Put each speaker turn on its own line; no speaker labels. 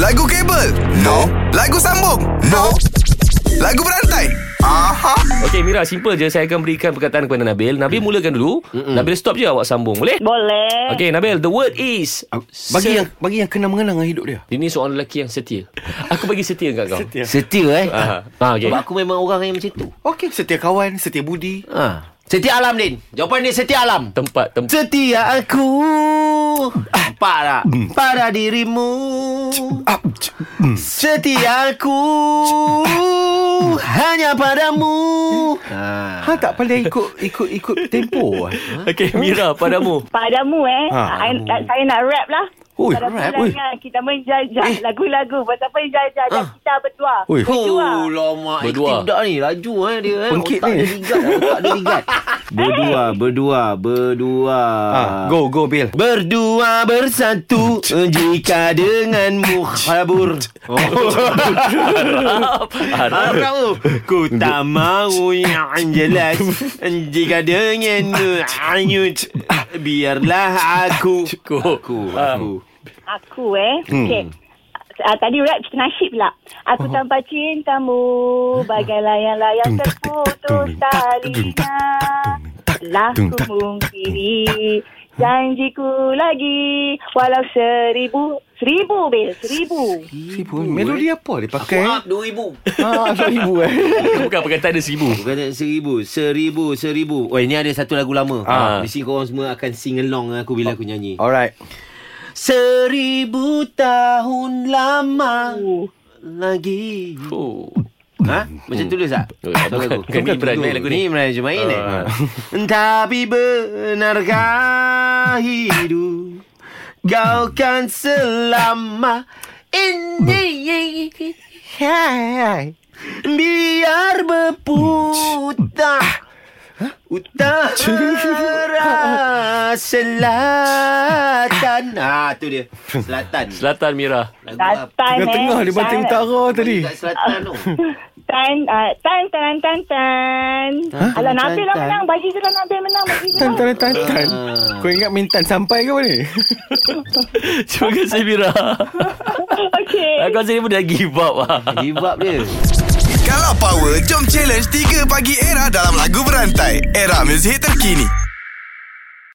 Lagu kabel? No. Lagu sambung? No. Lagu berantai? Aha.
Okey Mira, simple je. Saya akan berikan perkataan kepada Nabil. Nabil mulakan dulu. Mm-mm. Nabil stop je awak sambung. Boleh?
Boleh.
Okey Nabil, the word is
Ah, Bagi yang bagi yang kena mengenang dengan hidup dia.
Ini seorang lelaki yang setia. Aku bagi setia kat kau. Setia.
Setia eh
Ah, ah, okey.
Sebab aku memang orang yang macam tu
Okey, setia kawan, setia budi.
ha. Setia alam Din Jawapan dia setia alam
Tempat tempat.
Setia aku Para Ah. Para dirimu
Ah,
Setia aku Hanya padamu ha.
Ha tak pandai ikut ikut ikut tempo.
Okey Mira, padamu.
Padamu eh I,
Ha.
I, Saya nak rap lah
Oi,
Pada
rap, Eh.
pulangan kita menjajah lagu-lagu Pasal menjajah
Ah.
dan kita berdua
Oi.
Oh lama
Berdua.
Aktif dah ni Laju eh dia eh.
Bengkit
Otak
ni.
dia ligat Otak dia ligat Berdua Berdua Berdua
Ah, go go Bill.
Berdua bersatu Jika denganmu Habur
Harap.
Harap Ku tak mahu yang jelas Jika denganmu Anyut Biarlah aku Aku Aku, aku.
Aku eh
Hmm.
Okay Uh, tadi rap cerita nasyid pula Aku oh. tanpa cintamu Bagai layang-layang terputus talinya Telah ku mungkiri Janjiku lagi Walau seribu Seribu Bil Seribu
Ibu, melodi apa dia pakai?
Aku up 2000
Ha, asal ibu eh.
Bukan perkataan dia seribu.
Bukan tak seribu Seribu Seribu Oh ini ada satu lagu lama
Ah.
ha. Di sini korang semua akan sing along dengan aku Bila aku nyanyi
Alright.
Seribu tahun lama Lagi
Oh.
Ha? Macam tulis tak?
Eh, bukan. Bukan ni Imran main lagu ni. Ah.
Ni Imran Jumain eh Tapi benarkah hidup Kau kan selama Ini Biar berputar Utara Selatan Ah tu dia Selatan
Selatan Mira.
Lagu
Datang
apa?
eh
Tengah-tengah dia banting utara tadi.
Dekat Selatan tu
Tan, ah, tan, tan, tan, tan.
Tan,
Alah,
tan,
Nabil lah
tan.
menang. Bagi je lah Nabil menang. Bagi je
Tan
lah.
tan tan tan. Kau ingat main tan sampai ke apa ni?
Terima kasih Mira.
Okey.
Aku rasa dia pun dah give up lah.
Give up dia
Kalau power, jom challenge 3 pagi era dalam lagu berantai. Era muzik terkini.